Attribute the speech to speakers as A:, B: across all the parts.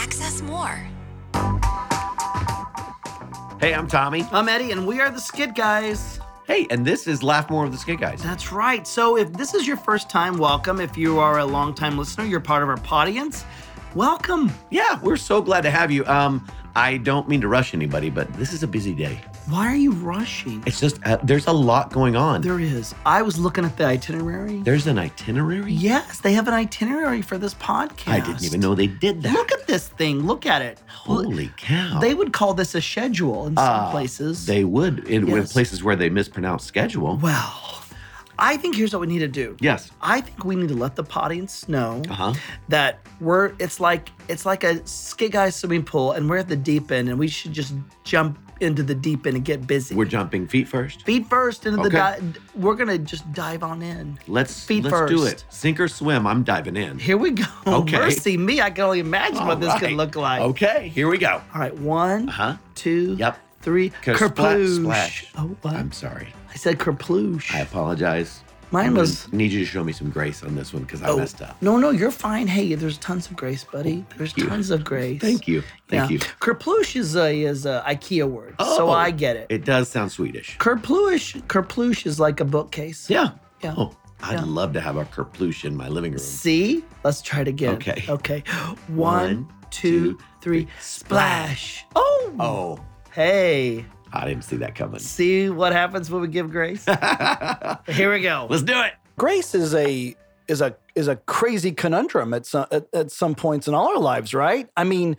A: Access more.
B: Hey, I'm Tommy.
C: I'm Eddie, and we are the Skid Guys.
B: Hey, and this is Laugh More of the Skid Guys.
C: That's right. So, if this is your first time, welcome. If you are a longtime listener, you're part of our audience. Welcome.
B: Yeah, we're so glad to have you. Um, I don't mean to rush anybody, but this is a busy day.
C: Why are you rushing?
B: It's just uh, there's a lot going on.
C: There is. I was looking at the itinerary.
B: there's an itinerary.
C: Yes, they have an itinerary for this podcast.
B: I didn't even know they did that.
C: Look at this thing. Look at it.
B: Holy cow!
C: They would call this a schedule in some
B: Uh,
C: places.
B: They would in with
C: Yes.
B: places where they mispronounce schedule.
C: well, I think here's what we need to do.
B: Yes.
C: I think we need to let the audience know
B: Uh huh.
C: that we're it's like it's like a skid guy swimming pool and we're at the deep end and we should just jump into the deep end and get busy.
B: We're jumping feet first.
C: feet first into the
B: Okay.
C: di- we're gonna just dive on in.
B: Let's
C: Feet
B: let's do
C: first.
B: it. Sink or swim. I'm diving in.
C: Here we go.
B: Okay.
C: Mercy me, I can only imagine what this could
B: Alright.
C: look like.
B: Okay, here we go.
C: All right, one,
B: Uh huh.
C: two,
B: Yep.
C: three,
B: Ka- splat,
C: kerploosh.
B: splash.
C: Oh, what?
B: I'm sorry.
C: I said kerploosh.
B: I apologize.
C: Mine
B: I'm gonna
C: was. Oh,
B: Need you to show me some grace on this one because I messed up.
C: No, no, you're fine. Hey, there's tons of grace, buddy. There's
B: you.
C: tons of grace.
B: Thank you. Thank you.
C: Kerploosh is a is a IKEA word, so
B: Oh.
C: I get it.
B: It does sound Swedish.
C: Kerploosh, kerploosh is like a bookcase.
B: Yeah.
C: Yeah.
B: Oh, I'd
C: Yeah.
B: love to have a kerploosh in my living room.
C: See? Let's try it again.
B: Okay.
C: Okay.
B: One,
C: One, two,
B: two,
C: three.
B: three.
C: Splash. Oh.
B: Oh,
C: Hey.
B: I didn't see that coming.
C: See what happens when we give grace? Here we go.
B: Let's do it.
D: grace is a is a is a crazy conundrum at some at, at some points in all our lives right i mean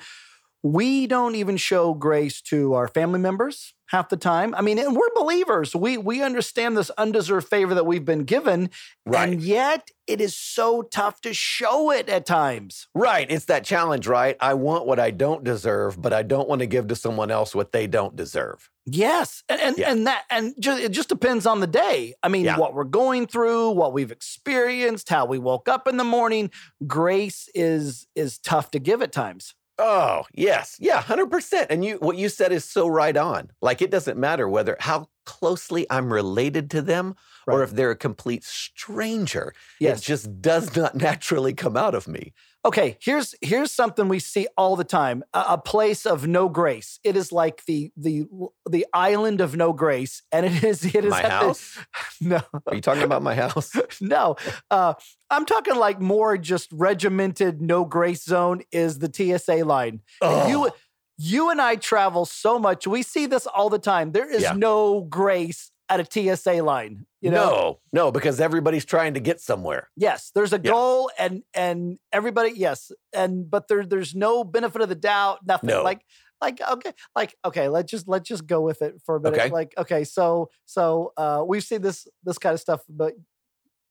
D: we don't even show grace to our family members half the time i mean and we're believers we we understand this undeserved favor that we've been given
E: Right.
D: and yet it is so tough to show it at times
E: Right. It's that challenge, right? I want what I don't deserve, but I don't want to give to someone else what they don't deserve.
D: Yes, and and,
E: Yeah.
D: and that and just, it just depends on the day. I mean,
E: Yeah.
D: what we're going through, what we've experienced, how we woke up in the morning. Grace is is tough to give at times.
E: Oh, yes. Yeah, 100%. And you what you said is so right on. Like it doesn't matter whether how closely I'm related to them or
D: Right.
E: if they're a complete stranger.
D: Yes.
E: It just does not naturally come out of me.
D: Okay, here's here's something we see all the time: a, a place of no grace. It is like the the the island of no grace, and it is it is
E: my
D: at the-
E: house?
D: no,
E: Are you talking about my house?
D: no. Uh, I'm talking like more just regimented no grace zone is the TSA line.
E: Oh.
D: And You you and I travel so much. We see this all the time. There is
E: Yeah.
D: no grace at a TSA line. You know?
E: No, no, because everybody's trying to get somewhere.
D: Yes, there's a
E: Yeah.
D: goal and and everybody, yes. And but there there's no benefit of the doubt, nothing.
E: No.
D: Like like okay, like okay, let's just let's just go with it for a minute.
E: Okay.
D: Like okay, so so uh we've seen this this kind of stuff, but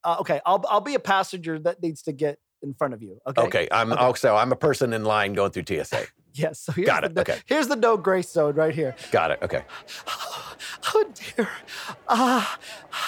D: uh, okay, I'll I'll be a passenger that needs to get in front of you. Okay.
E: Okay, I'm
D: Okay.
E: oh, so I'm a person in line going through TSA.
D: Yes. So here's
E: Got
D: the
E: it,
D: no-
E: okay.
D: here's the no grace zone right here.
E: Got it. Okay.
D: Oh, oh dear. Ah,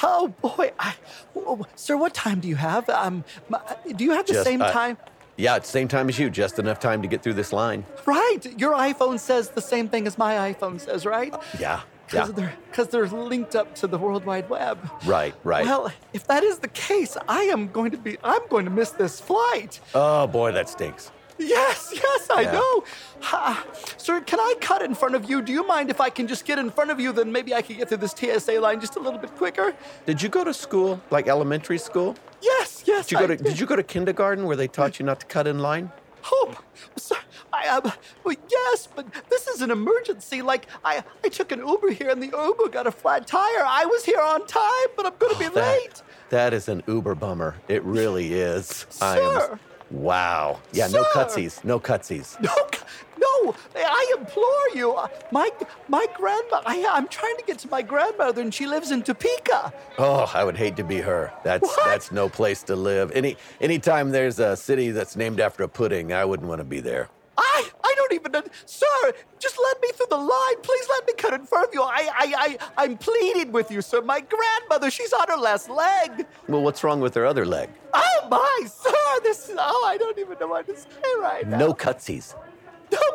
D: oh boy. I, oh, sir, what time do you have? Um, my, do you have the
E: Just,
D: same
E: uh,
D: time?
E: Yeah, it's same time as you, just enough time to get through this line.
D: Right. Your iPhone says the same thing as my iPhone says, right?
E: Uh, Yeah.
D: Because
E: Yeah.
D: they're because they're linked up to the World Wide Web.
E: Right, right.
D: Well, if that is the case, I am going to be I'm going to miss this flight.
E: oh boy, that stinks.
D: Yes, yes, I
E: Yeah.
D: know. Ha. sir, can I cut in front of you? Do you mind if I can just get in front of you? Then maybe I can get through this TSA line just a little bit quicker.
E: Did you go to school, like elementary school?
D: Yes, yes.
E: Did you go to
D: I
E: Did you go to kindergarten where they taught you not to cut in line?
D: Oh, sir, I am. Um, well, yes, but this is an emergency. Like, I, I took an Uber here and the Uber got a flat tire. I was here on time, but I'm going to be
E: Oh, That-
D: late.
E: That is an uber bummer. It really is. I am.
D: Sir.
E: Wow. Yeah. No
D: Sir.
E: cutsies. No cutsies.
D: No, c- no, I implore you. Uh, My, my grandma, I, I'm trying to get to my grandmother and she lives in Topeka.
E: Oh, I would hate to be her. That's
D: What?
E: that's no place to live. Any anytime there's a city that's named after a pudding, I wouldn't want to be there.
D: I, I don't even, know- sir, just let me through the line. Please let me cut in front of you. I, I, I, I'm pleading with you, sir. My grandmother, she's on her last leg.
E: Well, what's wrong with her other leg?
D: Oh my, sir, this is oh I don't even know what to say right now.
E: No cutsies.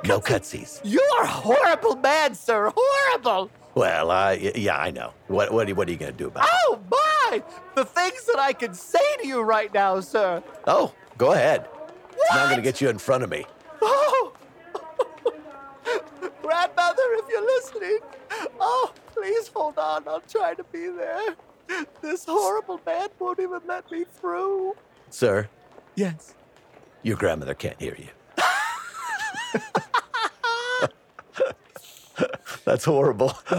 E: No cutsies.
D: You are a horrible man, sir. Horrible.
E: Well, I y- yeah, I know. What what, are you- what are you gonna do about it?
D: Oh my! The things that I can say to you right now, sir.
E: Oh, go ahead.
D: Well,
E: Now I'm going to get you in front of me.
F: Oh! Grandmother, if you're listening, oh, please hold on. I'll try to be there. This horrible man won't even let me through.
E: Sir,
F: Yes.
E: your grandmother can't hear you. That's horrible. but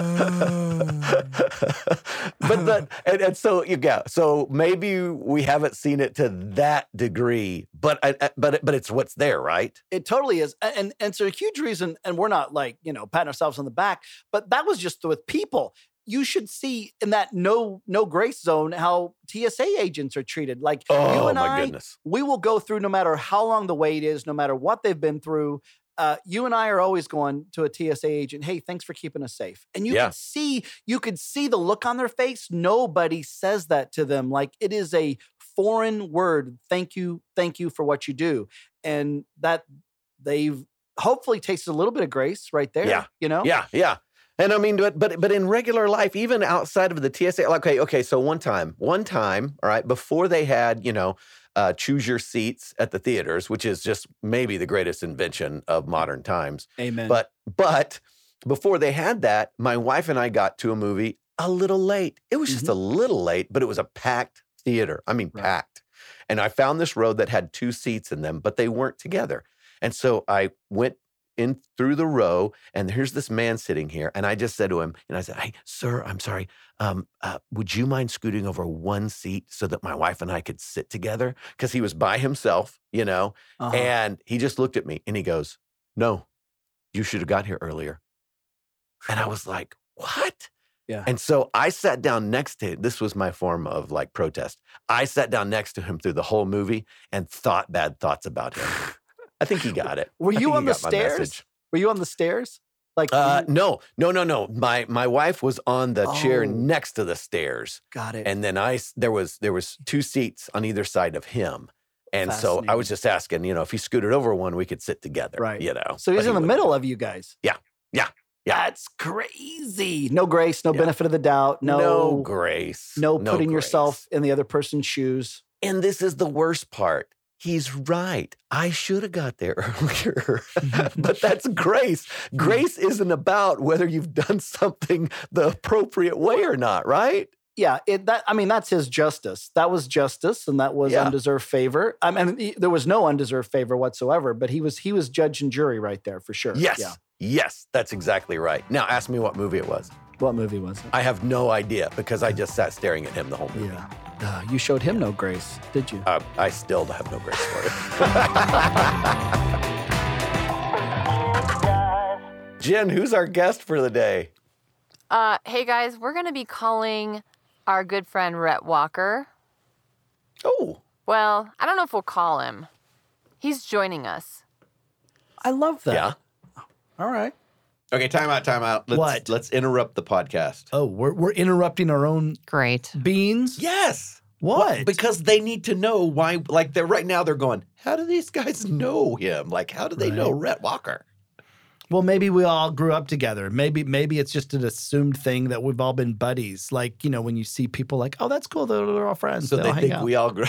E: the, and, and so you go. So maybe we haven't seen it to that degree, but I, I- but but it's what's there, right?
F: It totally is. A- And and it's a huge reason, and we're not like, you know, patting ourselves on the back, but that was just with people. You should see in that no no grace zone how TSA agents are treated. Like you
E: Oh
F: and
E: my
F: I
E: goodness.
F: we will go through no matter how long the wait is, no matter what they've been through. Uh, you and I are always going to a TSA agent. Hey, thanks for keeping us safe. And you
E: Yeah.
F: could see, you could see the look on their face. Nobody says that to them. Like it is a foreign word. Thank you, thank you for what you do, and that they've hopefully tasted a little bit of grace right there.
E: Yeah.
F: you know.
E: Yeah, yeah. And I mean, but but but in regular life, even outside of the TSA, like, okay, okay. So one time, one time, all right, before they had, you know, uh, choose your seats at the theaters, which is just maybe the greatest invention of modern times.
F: Amen.
E: But but before they had that, my wife and I got to a movie a little late. It was just a little late, but it was a packed theater. I mean,
F: Mm-hmm. Right.
E: packed. And I found this road that had two seats in them, but they weren't together. And so I went in through the row, and here's this man sitting here. And I just said to him, and I said, "Hey, sir, I'm sorry. Um, uh, would you mind scooting over one seat so that my wife and I could sit together?" Because he was by himself, you know.
F: Uh-huh.
E: And he just looked at me and he goes, No, you should have got here earlier. And I was like, What?
F: Yeah.
E: And so I sat down next to This was my form of like protest. I sat down next to him through the whole movie and thought bad thoughts about him. I think he got it.
F: were
E: I
F: you
E: think
F: on
E: he
F: the
E: got my
F: stairs?
E: message.
F: Were you on the stairs? Like were
E: Uh,
F: you-
E: no, no, no, no. My my wife was on the
F: Oh.
E: chair next to the stairs,
F: got it.
E: and then I s- there was there was two seats on either side of him, and so I was
F: Fascinating.
E: just asking, you know, if he scooted over one, we could sit together,
F: Right.
E: You know.
F: So
E: But he
F: he's in the
E: wouldn't.
F: middle of you guys.
E: Yeah. Yeah. Yeah.
F: That's crazy. No grace, no
E: Yeah.
F: benefit of the doubt, no
E: no
F: no,
E: grace,
F: putting
E: grace.
F: yourself in the other person's shoes.
E: And this is the worst part. He's right. I should have got there earlier. but that's grace.
F: Hmm.
E: Grace isn't about whether you've done something the appropriate way or not, right?
F: Yeah, it that I mean that's his justice. That was justice and that was
E: Yeah.
F: undeserved favor. I mean he- there was no undeserved favor whatsoever, but he was he was judge and jury right there for sure.
E: Yes.
F: Yeah.
E: Yes, that's exactly right. Now ask me what movie it was.
F: What movie was it?
E: I have no idea because I just sat staring at him the whole movie.
F: Yeah. Uh, you showed him no grace, did you?
E: Uh, I still have no grace for it. Jen, who's our guest for the day?
G: Uh, hey guys, we're gonna be calling our good friend Rhett Walker.
E: Oh,
G: Well, I don't know if we'll call him. He's joining us.
F: I love that.
E: yeah.
F: All right.
C: Okay, time out, time out. Let's,
D: What?
C: Let's interrupt the podcast.
D: Oh, we're, we're interrupting our own
G: Great.
D: beans?
C: Yes.
D: What?
C: Because they need to know why. Like they're right now, they're going. How do these guys know him? Like, how do they know Rhett Walker?
D: Well, maybe we all grew up together. Maybe maybe it's just an assumed thing that we've all been buddies. Like you know, when you see people like, oh, that's cool. They're, they're all friends.
C: So
D: They'll
C: they
D: hang
C: think
D: out.
C: we all grew.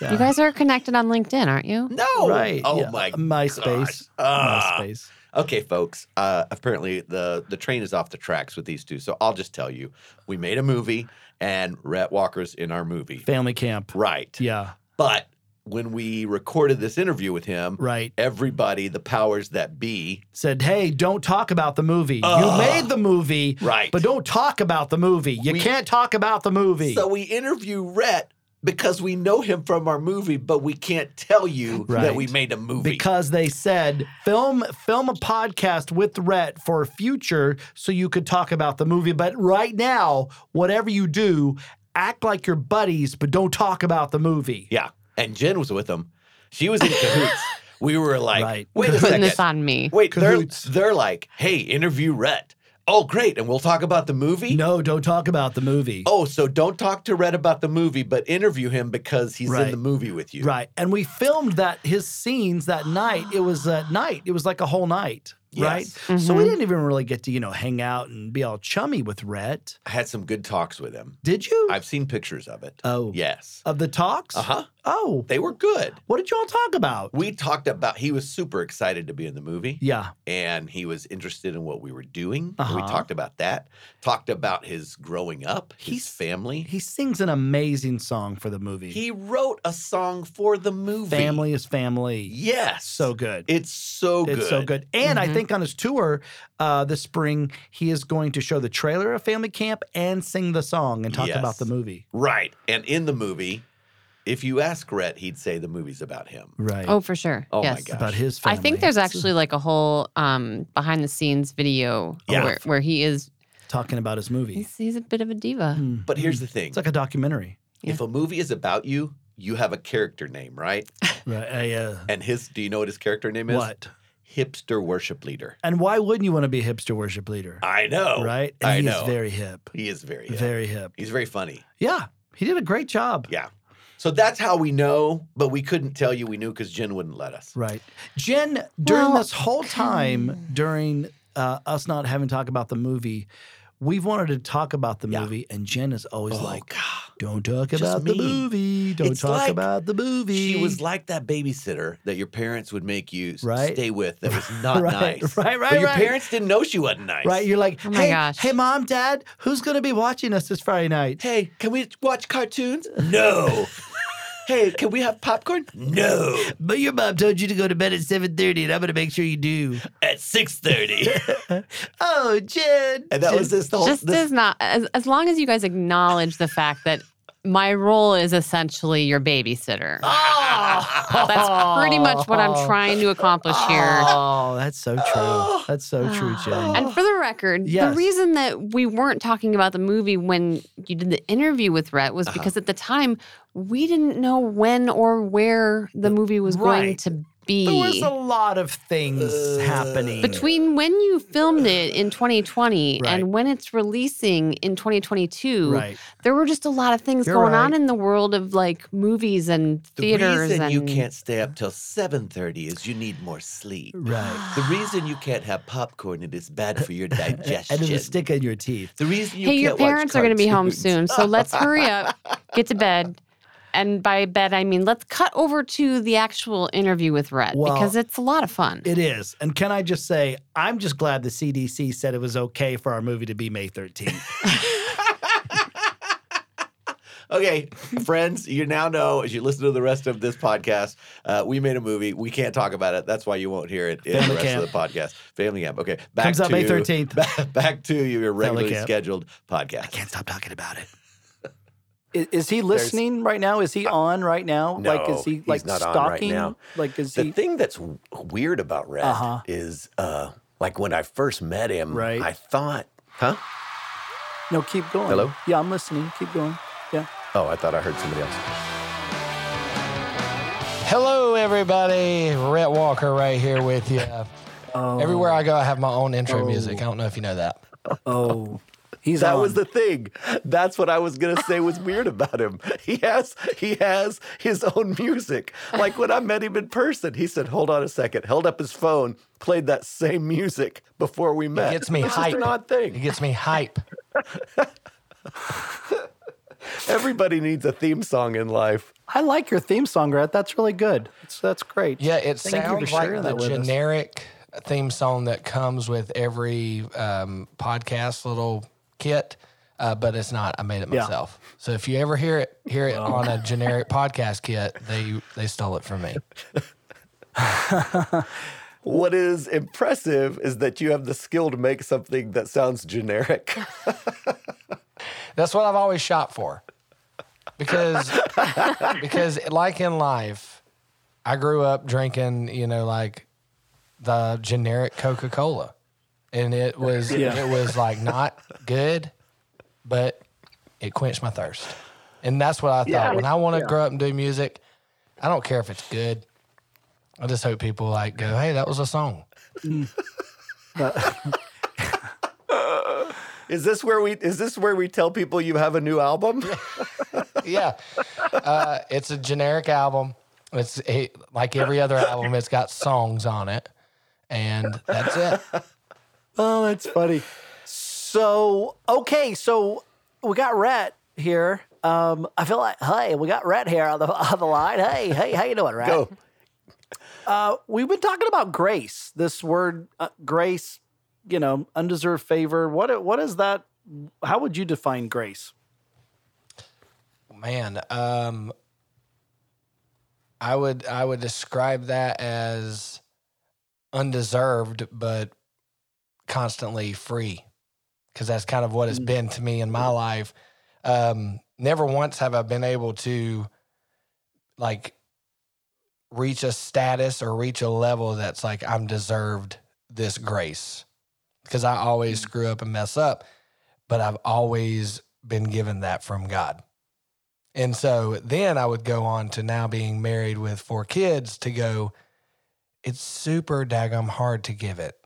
D: Yeah.
H: You guys are connected on LinkedIn, aren't you?
C: no.
D: right?
C: Oh
D: yeah. Uh,
C: my.
D: MySpace.
C: gosh. Ah.
D: MySpace.
C: Okay, folks. Uh, apparently the the train is off the tracks with these two. So I'll just tell you, we made a movie, and Rhett Walker's in our movie.
D: Family camp.
C: Right.
D: Yeah.
C: But when we recorded this interview with him,
D: Right.
C: everybody, the powers that be,
D: Said, hey, don't talk about the movie.
C: Ugh.
D: you made the movie,
C: right.
D: but don't talk about the movie. You
C: We-
D: can't talk about the movie.
C: So we interview Rhett because we know him from our movie, but we can't tell you that
D: Right.
C: we made a movie.
D: because they said film film a podcast with Rhett for future so you could talk about the movie. But right now, whatever you do, act like your buddies, but don't talk about the movie.
C: yeah, and Jen was with him. She was in cahoots. we were like,
D: Right.
C: wait a
H: Putting
C: second.
H: this on me.
C: wait, they're,
D: Cahoots.
C: they're like, hey, interview Rhett. Oh, great. And we'll talk about the movie?
D: No, don't talk about the movie.
C: Oh, so don't talk to Rhett about the movie, but interview him because he's in
D: Right.
C: the movie with you.
D: Right. And we filmed that his scenes that night. It was at night. It was like a whole night. Right.
C: Yes.
D: So we didn't even really get to, you know, hang out and be all chummy with Rhett.
C: I had some good talks with him.
D: Did you?
C: I've seen pictures of it.
D: oh.
C: Yes.
D: Of the talks?
C: Uh huh.
D: Oh,
C: They were good.
D: what did y'all talk about?
C: We talked about he was super excited to be in the movie.
D: yeah.
C: and he was interested in what we were doing. We
D: Uh-huh.
C: talked about that. Talked about his growing up, his
D: He's-
C: family.
D: He sings an amazing song for the movie.
C: He wrote a song for the movie.
D: family is family.
C: Yes.
D: So good.
C: it's so good.
D: It's so good. And I
H: Mhm.
D: think on his tour uh, this spring, he is going to show the trailer of Family Camp and sing the song and talk
C: Yes.
D: about the movie.
C: Right. And in the movie, if you ask Rhett, he'd say the movie's about him.
D: Right.
H: Oh, for sure.
C: Oh my
H: yes.
C: God.
D: about his
H: I
D: family.
H: think there's actually like a whole um, behind the scenes video
C: Yeah.
H: where, where he is.
D: talking about his movie.
H: He's, he's a bit of a diva.
D: Mm.
C: But here's the thing.
D: it's like a documentary.
H: yeah.
C: If a movie is about you, you have a character name, right?
D: Right. Uh,
C: And his do you know what his character name is?
D: what?
C: Hipster worship leader.
D: And why wouldn't you want to be a hipster worship leader?
C: I know.
D: right? And
C: I
D: he
C: know.
D: is very hip.
C: He is very, hip.
D: Very hip.
C: He's very funny.
D: Yeah. He did a great job.
C: Yeah. So that's how we know, but we couldn't tell you we knew because Jen wouldn't let us.
D: Right. Jen, during
H: Well,
D: this whole time, during uh, us not having to talk about the movie, we've wanted to talk about the
C: Yeah.
D: movie, and Jen is always
C: Oh,
D: like,
C: God.
D: don't talk
C: Just
D: about the
C: mean.
D: movie. Don't
C: It's
D: talk
C: like
D: about the movie.
C: She was like that babysitter that your parents would make you s-
D: Right.
C: stay with that was not
D: Right,
C: nice.
D: right, right,
C: But your
D: right.
C: parents didn't know she wasn't nice.
D: right? You're like,
H: Oh my
D: hey,
H: gosh.
D: hey, mom, dad, who's going to be watching us this Friday night?
C: Hey, can we watch cartoons? No. hey, can we have popcorn? No.
D: But your mom told you to go to bed at 7.30, and I'm going to make sure you do.
C: At 6.30.
D: Oh, Jen.
C: and that was this the whole
H: Just
C: this-
H: as not as, as long as you guys acknowledge the fact that my role is essentially your babysitter.
C: Ah!
H: That's pretty much what
C: Oh.
H: I'm trying to accomplish here.
D: Oh, that's so true. That's so true,
H: Ah.
D: Jen.
H: And for the record,
D: Yes.
H: the reason that we weren't talking about the movie when you did the interview with Rhett
D: Uh-huh.
H: was because at the time we didn't know when or where the movie was going
D: Right.
H: to
D: There was
H: be.
D: a lot of things happening.
H: Between when you filmed it in 2020
D: Right.
H: and when it's releasing in 2022,
D: right,
H: there were just a lot of things
D: You're
H: going on
D: right.
H: in the world of like movies and
C: the
H: theaters.
C: reason
H: and
C: you can't stay up till 7.30 is you need more sleep.
D: right.
C: The reason you can't have popcorn it is bad for your digestion.
D: And it'll stick in your teeth.
C: The reason you
H: hey, your
C: can't watch
H: parents are going to be home
C: cartoons-
H: soon, so let's hurry up, get to bed. And by bed, I mean let's cut over to the actual interview with Rhett
D: Well,
H: because it's a lot of fun.
D: It is. And can I just say, I'm just glad the CDC said it was okay for our movie to be May 13th.
C: Okay, friends, you now know as you listen to the rest of this podcast, uh, we made a movie. We can't talk about it. That's why you won't hear it in the
D: Family
C: rest
D: Camp.
C: of the podcast. Family Camp. Okay, back
D: Comes
C: to
D: out May 13th.
C: Back, back to your regularly
D: Camp.
C: scheduled podcast.
D: Can't stop talking about it.
F: Is, is he listening right now? Is he on right now? like
E: Uh, no,
F: is he
E: he's
F: like
E: not on right
F: stalking?
E: now.
F: Like is
E: the
F: he
E: thing that's w- weird about Red
F: Uh-huh.
E: is uh, like when I first met him,
D: Right.
E: I thought, huh?
F: No, keep going.
E: Hello?
F: Yeah, I'm listening. Keep going. Yeah.
E: Oh, I thought I heard somebody else.
I: Hello, everybody. Rhett Walker right here with you. Everywhere I go, I have my own intro music. I don't know if you know that.
F: Oh. He's
E: That
F: on.
E: was the thing. That's what I was gonna say was weird about him. He has he has his own music. Like when I met him in person, he said, "Hold on a second. Held up his phone, played that same music before we met.
I: gets me
E: it's
I: hype.
E: Just an odd
I: It
E: thing.
I: gets me hype.
E: Everybody needs a theme song in life.
F: I like your theme song, Rhett. That's really good. That's that's great.
I: Yeah, it
F: Thank you for
I: sounds like
F: sharing
I: the
F: that with us.
I: generic theme song that comes with every um, podcast little kit, uh, but it's not. I made it
F: Yeah. Oh.
I: myself. So if you ever hear it, hear it on a generic podcast kit, they they stole it from me.
E: What is impressive is that you have the skill to make something that sounds generic.
I: That's what I've always shot for. Because because like in life, I grew up drinking, you know, like the generic Coca-Cola. And it was
F: Yeah.
I: it was like not good, but it quenched my thirst. And that's what I thought. when I want to grow up and do music, I don't care if it's good. I just hope people like go, "Hey, that was a song."
E: Is this where we is this where we tell people you have a new album?
I: yeah. Uh, it's a generic album. It's it, like every other album. It's got songs on it, and that's it.
F: Oh, that's funny. So okay, so we got Rhett here. Um, I feel like, hey, we got Rhett here on the on the line. Hey, hey, how you doing, Rhett?
E: Go.
F: Uh, we've been talking about grace. This word, uh, grace, you know, undeserved favor. What what is that? How would you define grace?
I: Man, um, I would I would describe that as undeserved, but constantly free, because that's kind of what it's been to me in my life. Um, never once have I been able to like reach a status or reach a level that's like I'm deserved this grace, because I always screw up and mess up, but I've always been given that from God. And so then I would go on to now being married with four kids to go, it's super daggum hard to give it,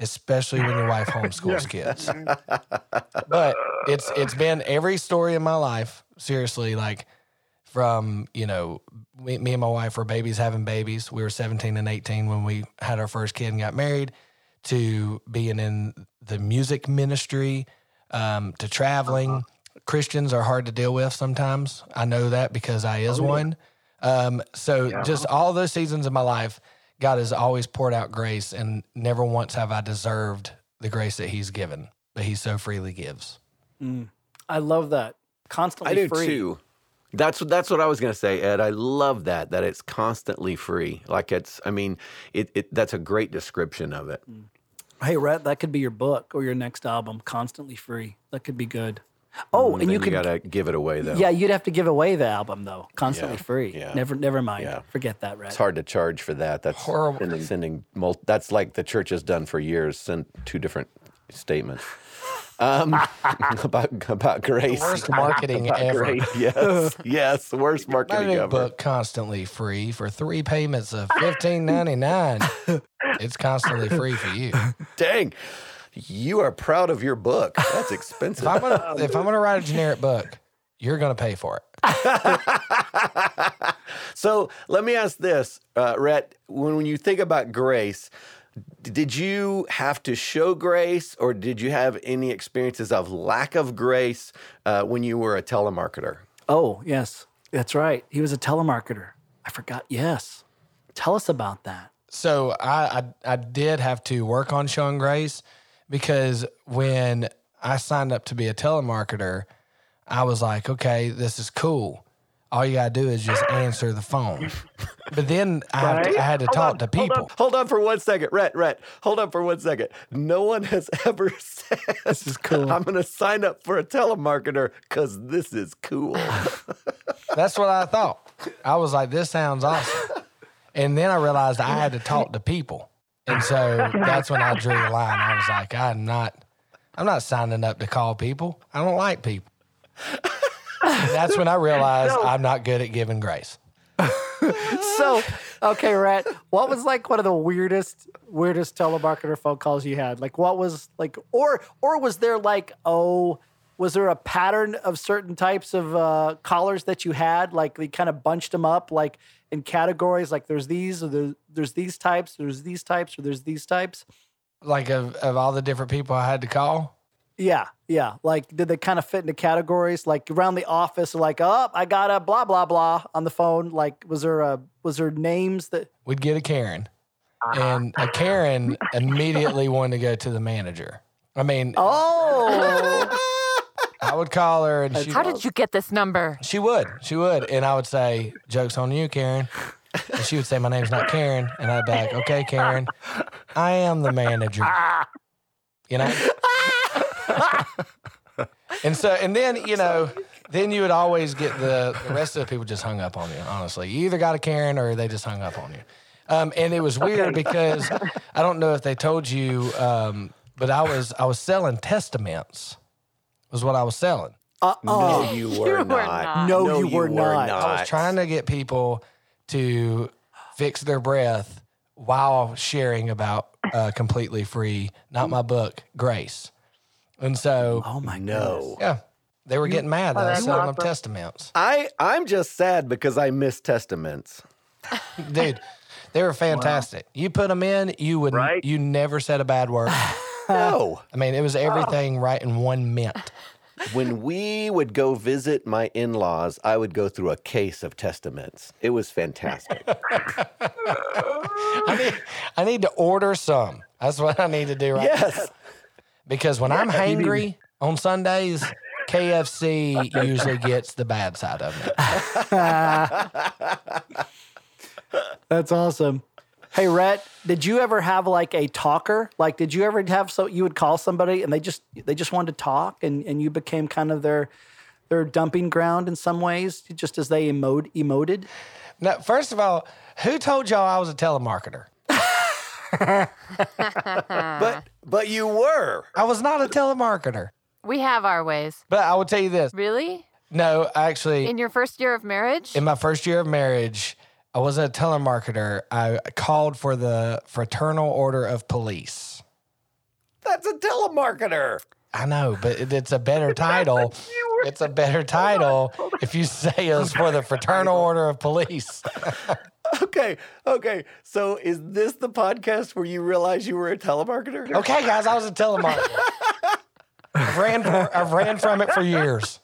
I: especially when your wife homeschools kids. But it's it's been every story in my life, seriously, like from, you know, me, me and my wife were babies having babies. We were 17 and 18 when we had our first kid and got married to being in the music ministry, um, to traveling. Christians are hard to deal with sometimes. I know that because I is one. Um, so just all those seasons of my life, God has always poured out grace, and never once have I deserved the grace that He's given, that He so freely gives.
F: I love that.
E: I
F: Constantly
E: do
F: free.
E: too. That's what that's what I was gonna say, Ed. I love that that it's constantly free. Like it's, I mean, it, it that's a great description of it.
F: Hey, Rhett, that could be your book or your next album. Constantly free. That could be good. Oh, and
E: Mm, Then
F: you could.
E: gotta give it away though.
F: yeah, you'd have to give away the album though. Constantly
E: Yeah,
F: free.
E: yeah.
F: Never, never mind.
E: Yeah.
F: Forget that, Rhett.
E: It's hard to charge for that. That's
I: Horrible.
E: Sending, sending mul- that's like the church has done for years. Send two different statements um, about about grace.
I: Worst marketing
E: About
I: ever.
E: grace. Yes, yes, worst
I: My
E: marketing
I: new
E: ever.
I: book, Constantly Free, for three payments of fifteen ninety nine. it's constantly free for you.
E: Dang, you are proud of your book. That's expensive.
I: If I'm gonna if I'm gonna write a generic book, you're gonna pay for it.
E: so let me ask this, uh, Rhett. When, when you think about grace, d- did you have to show grace, or did you have any experiences of lack of grace uh, when you were a telemarketer?
F: Oh, yes. That's right. He was a telemarketer. I forgot. Yes. Tell us about that.
I: So I, I I did have to work on showing grace because when I signed up to be a telemarketer, I was like, okay, this is cool. All you gotta do is just answer the phone. But then I, have to- I had to talk to people.
E: Hold on for one second, Rhett. Rhett, hold on for one second. No one has ever said this is cool. I'm going to sign up for a telemarketer because this is cool. Oh,
I: That's what I thought. I was like, this sounds awesome. And then I realized I had to talk to people. And so that's when I drew the line. I was like, I'm not I'm not signing up to call people. I don't like people. And that's when I realized I'm not good at giving grace.
F: So, okay, Rhett, what was like one of the weirdest, weirdest telemarketer phone calls you had? Like, what was like, or or was there like, oh, was there a pattern of certain types of uh, callers that you had? Like, they kind of bunched them up, like in categories. Like, there's these, or there's, there's these types, there's these types, or there's these types.
I: Like of, of all the different people I had to call.
F: Yeah, yeah. Like, did they kind of fit into categories? Like around the office, like, oh, I got a blah blah blah on the phone. Like, was there a was there names that?
I: we'd get a Karen, and a Karen immediately wanted to go to the manager. I mean,
F: Oh,
I: I would call her, and she
G: How did you get this number?
I: she would she would, and I would say, "Jokes on you, Karen." And she would say, "My name's not Karen," and I'd be like, "Okay, Karen, I am the manager." You know. and so, and then you know. Then you would always get the, the rest of the people just hung up on you, honestly. You either got a Karen or they just hung up on you. Um, and it was weird because I don't know if they told you, um, but I was I was selling testaments, was what I was selling.
E: no, you were,
G: were not.
F: No, you were not.
I: I was trying to get people to fix their breath while sharing about uh, completely free, not my book, Grace. And so,
F: oh my
E: No.
I: yeah, they were getting mad that I was selling them testaments.
E: I, I'm just sad because I miss testaments.
I: Dude, they were fantastic. You put them in, you would
J: Right?
I: you never said a bad word.
E: No.
I: I mean, it was everything right in one mint.
E: when we would go visit my in laws, I would go through a case of testaments. It was fantastic.
I: I need, I need to order some. That's what I need to do right now.
E: yes.
I: Because when I'm hangry on Sundays, KFC usually gets the bad side of me.
F: That's awesome. Hey, Rhett, did you ever have like a talker? Like, did you ever have so you would call somebody and they just they just wanted to talk and and you became kind of their their dumping ground in some ways, just as they emode, emoted?
I: Now, first of all, who told y'all I was a telemarketer?
E: But but you were.
I: I was not a telemarketer.
G: We have our ways.
I: But I will tell you this.
G: Really?
I: No, actually,
G: In your first year of marriage?
I: in my first year of marriage, I wasn't a telemarketer. I called for the Fraternal Order of Police.
E: That's a telemarketer.
I: I know, but it- it's a better title. It's a better title if you say it was for the Fraternal Order of Police.
E: Okay. Okay. So is this the podcast where you realize you were a telemarketer?
I: Okay, guys, I was a telemarketer. I've ran, for, I've ran from it for years.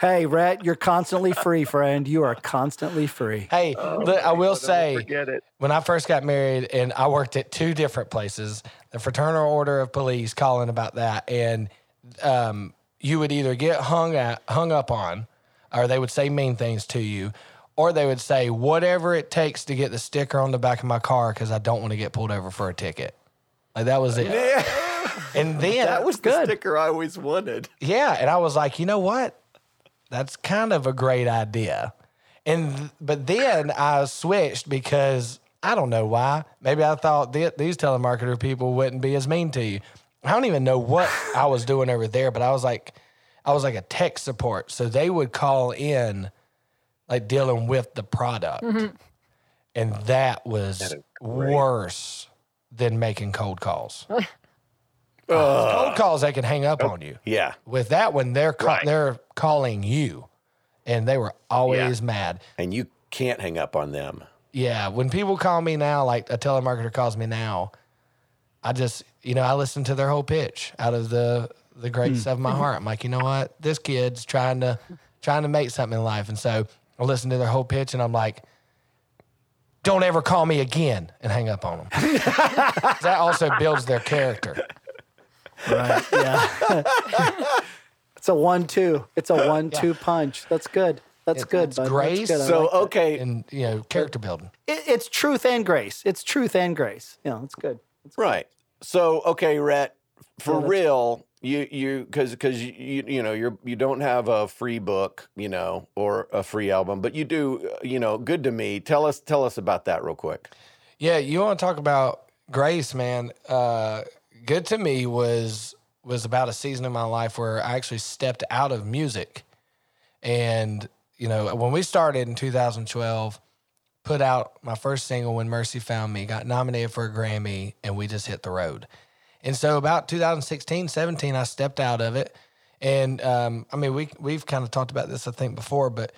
F: Hey, Rhett, you're constantly free, friend. You are constantly free.
I: Hey, look, I will say, when I first got married and I worked at two different places, the Fraternal Order of Police calling about that, and um, you would either get hung at, hung up on, or they would say mean things to you, or they would say whatever it takes to get the sticker on the back of my car because I don't want to get pulled over for a ticket. Like that was it. And then
E: That was the sticker I always wanted.
I: yeah, and I was like, you know what? That's kind of a great idea. And th- but then I switched because I don't know why. Maybe I thought th- these telemarketer people wouldn't be as mean to you. I don't even know what I was doing over there, but I was like, I was like a tech support, so they would call in, like dealing with the product, and that was worse than making cold calls. cold calls they can hang up on you
E: Yeah.
I: with that one they're call, they're calling you and they were always mad
E: And you can't hang up on them.
I: yeah when people call me now like a telemarketer calls me now i just you know i listen to their whole pitch out of the the greatness of my heart i'm like you know what this kid's trying to trying to make something in life and so i listen to their whole pitch and i'm like don't ever call me again and hang up on them that also builds their character
F: Right. Yeah. it's a one-two. It's a one-two punch. That's good. That's good. bud. That's
I: grace.
F: good. I
E: So
F: like that.
E: okay.
I: and you know character building
F: It- it's truth and grace. It's truth and grace. Yeah, it's good.
E: Right. So okay, Rhett, for real, you you because because you, you you know you're you don't have a free book, you know, or a free album, but you do, uh, you know, good to me. Tell us tell us about that real quick.
I: Yeah, you want to talk about grace, man? Uh, good to me was was about a season in my life where I actually stepped out of music, and you know when we started in 2012, put out my first single when Mercy Found Me, got nominated for a Grammy, and we just hit the road. And so about 2016, 17, I stepped out of it, and um, I mean we we've kind of talked about this I think before, but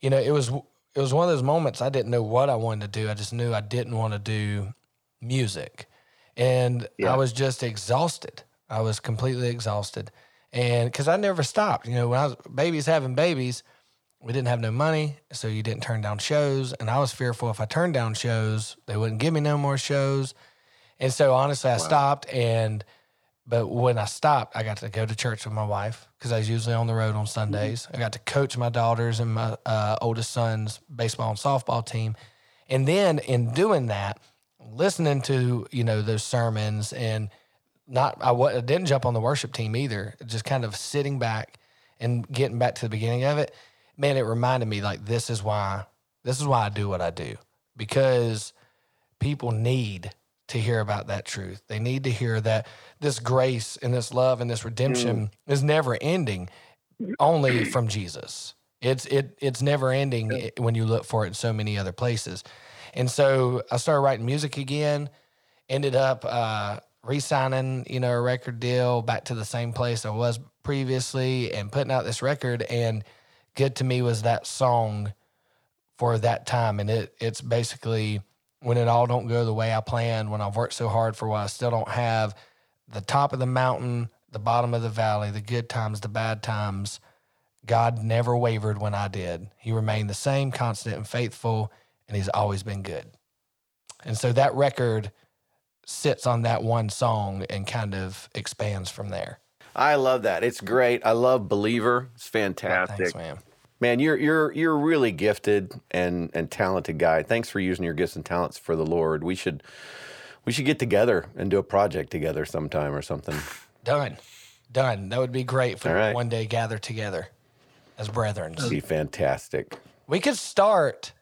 I: you know, it was it was one of those moments I didn't know what I wanted to do. I just knew I didn't want to do music, and I was just exhausted. I was completely exhausted, and because I never stopped. You know, when I was babies having babies, we didn't have no money, so you didn't turn down shows, and I was fearful if I turned down shows, they wouldn't give me no more shows, and so honestly, I stopped and. But when I stopped, I got to go to church with my wife because I was usually on the road on Sundays. I got to coach my daughters and my uh, oldest son's baseball and softball team, and then in doing that, listening to you know those sermons and not I wa- I didn't jump on the worship team either. Just kind of sitting back and getting back to the beginning of it. Man, it reminded me like this is why this is why I do what I do because people need to hear about that truth. They need to hear that this grace and this love and this redemption is never ending only from Jesus. It's it it's never ending i- when you look for it in so many other places. And so I started writing music again, ended up uh re-signing, you know, a record deal back to the same place I was previously and putting out this record and good to me was that song for that time and it it's basically when it all don't go the way I planned, when I've worked so hard for what I still don't have, the top of the mountain, the bottom of the valley, the good times, the bad times. God never wavered when I did. He remained the same, constant and faithful, and he's always been good. And so that record sits on that one song and kind of expands from there.
E: I love that. It's great. I love Believer. It's fantastic.
I: Thanks, man.
E: Man, you're you're you're a really gifted and and talented guy. Thanks for using your gifts and talents for the Lord. We should we should get together and do a project together sometime or something.
I: Done. Done. That would be great for
E: All right.
I: one day gather together as brethren.
E: It'd be fantastic.
I: We could start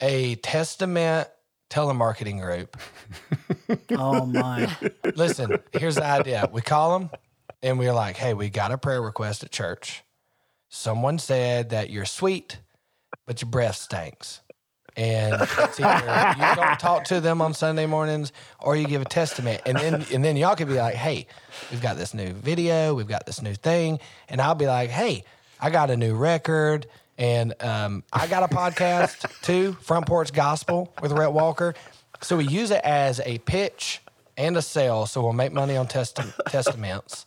I: a testament telemarketing group.
F: Oh my.
I: Listen, here's the idea. We call them and we're like, hey, we got a prayer request at church. Someone said that you're sweet, but your breath stinks. And it's either you don't talk to them on Sunday mornings or you give a testament. And then and then y'all could be like, hey, we've got this new video, we've got this new thing. And I'll be like, hey, I got a new record. And um, I got a podcast too, Front Porch Gospel with Rhett Walker. So we use it as a pitch and a sale. So we'll make money on testi- testaments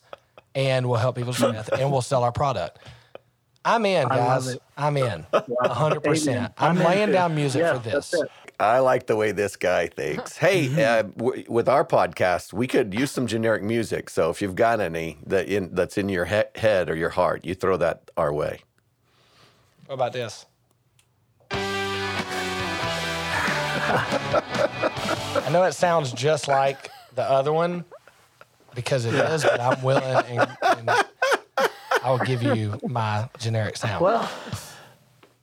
I: and we'll help people to death and we'll sell our product. I'm in, guys. I'm in. 100%. I'm laying down music for this.
E: I like the way this guy thinks. Hey,
I: Mm-hmm.
E: uh, w- with our podcast, we could use some generic music. So if you've got any that in, that's in your he- head or your heart, you throw that our way.
I: What about this? I know it sounds just like the other one because it is, but I'm willing and, and I'll give you my generic sound.
F: Well,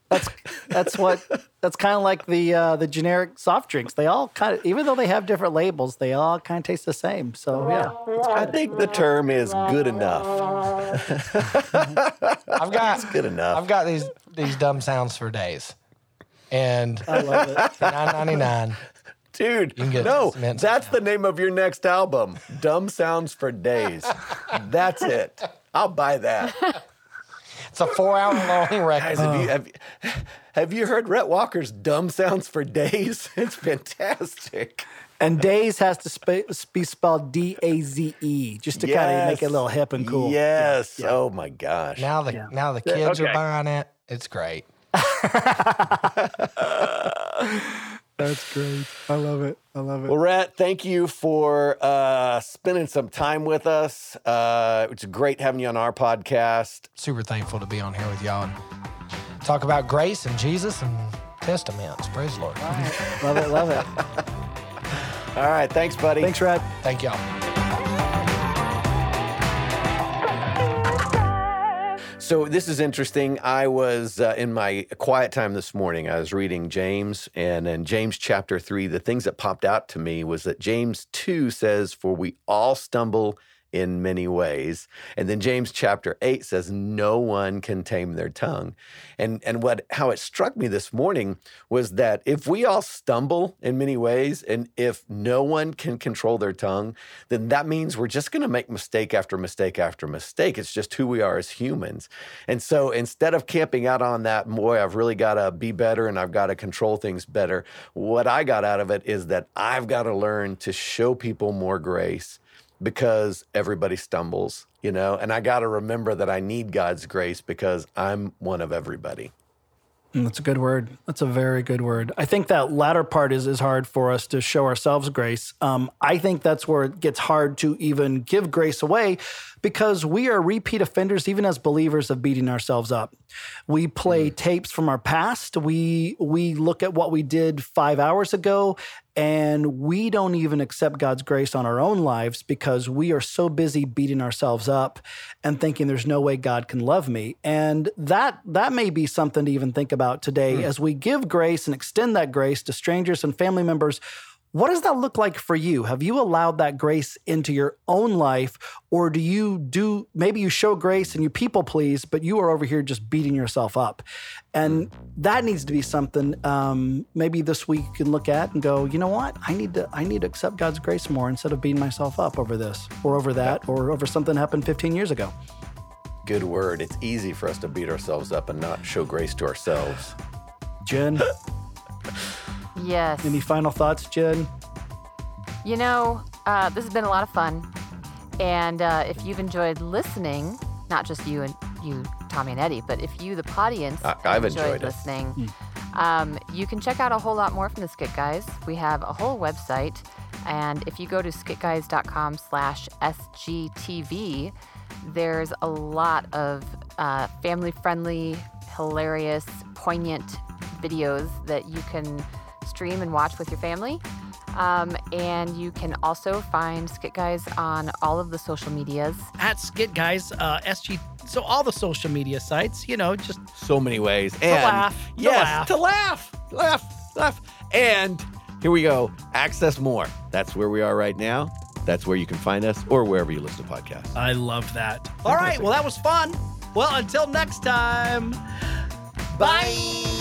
F: that's that's what that's kind of like the uh, the generic soft drinks. They all kind of even though they have different labels, they all kind of taste the same. So yeah.
E: I think the term is good enough.
I: I've got
E: Good enough.
I: I've got these these dumb sounds for days, and
F: I love it.
I: nine ninety nine.
E: Dude,
I: can get
E: no,
I: cement
E: that's the name of your next album. Dumb Sounds for Days. that's it. I'll buy that.
I: It's a four hour long
E: Guys,
I: record.
E: have, you, have,
I: Oh.
E: you- have you heard Rhett Walker's Dumb Sounds for Days? It's fantastic.
F: And days has to sp- be spelled D A Z E just to kind of make it a little hip and cool.
E: Yes. Oh my gosh.
I: Now the now the kids are
J: okay.
I: buying it. It's great.
F: That's great. I love it. I love it.
E: Well, Rhett, thank you for uh, spending some time with us. Uh, it's great having you on our podcast.
I: Super thankful to be on here with y'all and talk about grace and Jesus and testaments. Praise the Lord.
F: love it. Love it.
E: All right. Thanks, buddy.
F: Thanks, Rad.
I: Thank y'all.
E: So this is interesting. I was uh, in my quiet time this morning. I was reading James, and in James chapter three, the things that popped out to me was that James two says, "For we all stumble in many ways," and then James chapter eight says, "No one can tame their tongue." And and what how it struck me this morning was that if we all stumble in many ways, and if no one can control their tongue, then that means we're just going to make mistake after mistake after mistake. It's just who we are as humans. And so instead of camping out on that, boy, I've really got to be better and I've got to control things better, what I got out of it is that I've got to learn to show people more grace because everybody stumbles, you know, and I got to remember that I need God's grace because I'm one of everybody.
F: Mm, That's a good word. That's a very good word. I think that latter part is is hard for us to show ourselves grace. Um, I think that's where it gets hard to even give grace away because we are repeat offenders, even as believers, of beating ourselves up. We play tapes from our past. We we look at what we did five hours ago, and we don't even accept God's grace on our own lives because we are so busy beating ourselves up and thinking there's no way God can love me. And that that may be something to even think about today as we give grace and extend that grace to strangers and family members. What does that look like for you? Have you allowed that grace into your own life or do you do maybe you show grace and you people please, but you are over here just beating yourself up? And that needs to be something um, maybe this week you can look at and go, you know what? I need to I need to accept God's grace more instead of beating myself up over this or over that or over something that happened 15 years ago.
E: Good word. It's easy for us to beat ourselves up and not show grace to ourselves.
F: Jen,
G: Yes.
F: any final thoughts, Jen?
G: You know, uh, this has been a lot of fun. And uh, if you've enjoyed listening, not just you and you, Tommy and Eddie, but if you, the audience,
K: I- I've enjoyed it.
G: listening, um, you can check out a whole lot more from the Skit Guys. We have a whole website, and if you go to skitguys.com slash sgtv, there's a lot of uh, family-friendly, hilarious, poignant videos that you can stream and watch with your family. Um, and you can also find Skit Guys on all of the social medias.
D: At Skit Guys, uh, SG. So all the social media sites, you know, just
E: so many ways. And
D: laugh, to
E: yes,
D: laugh.
E: to laugh, laugh, laugh. And here we go. Access more. That's where we are right now. That's where you can find us, or wherever you listen to podcasts.
D: I love that. All right. Well, that was fun. Well, until next time. Bye.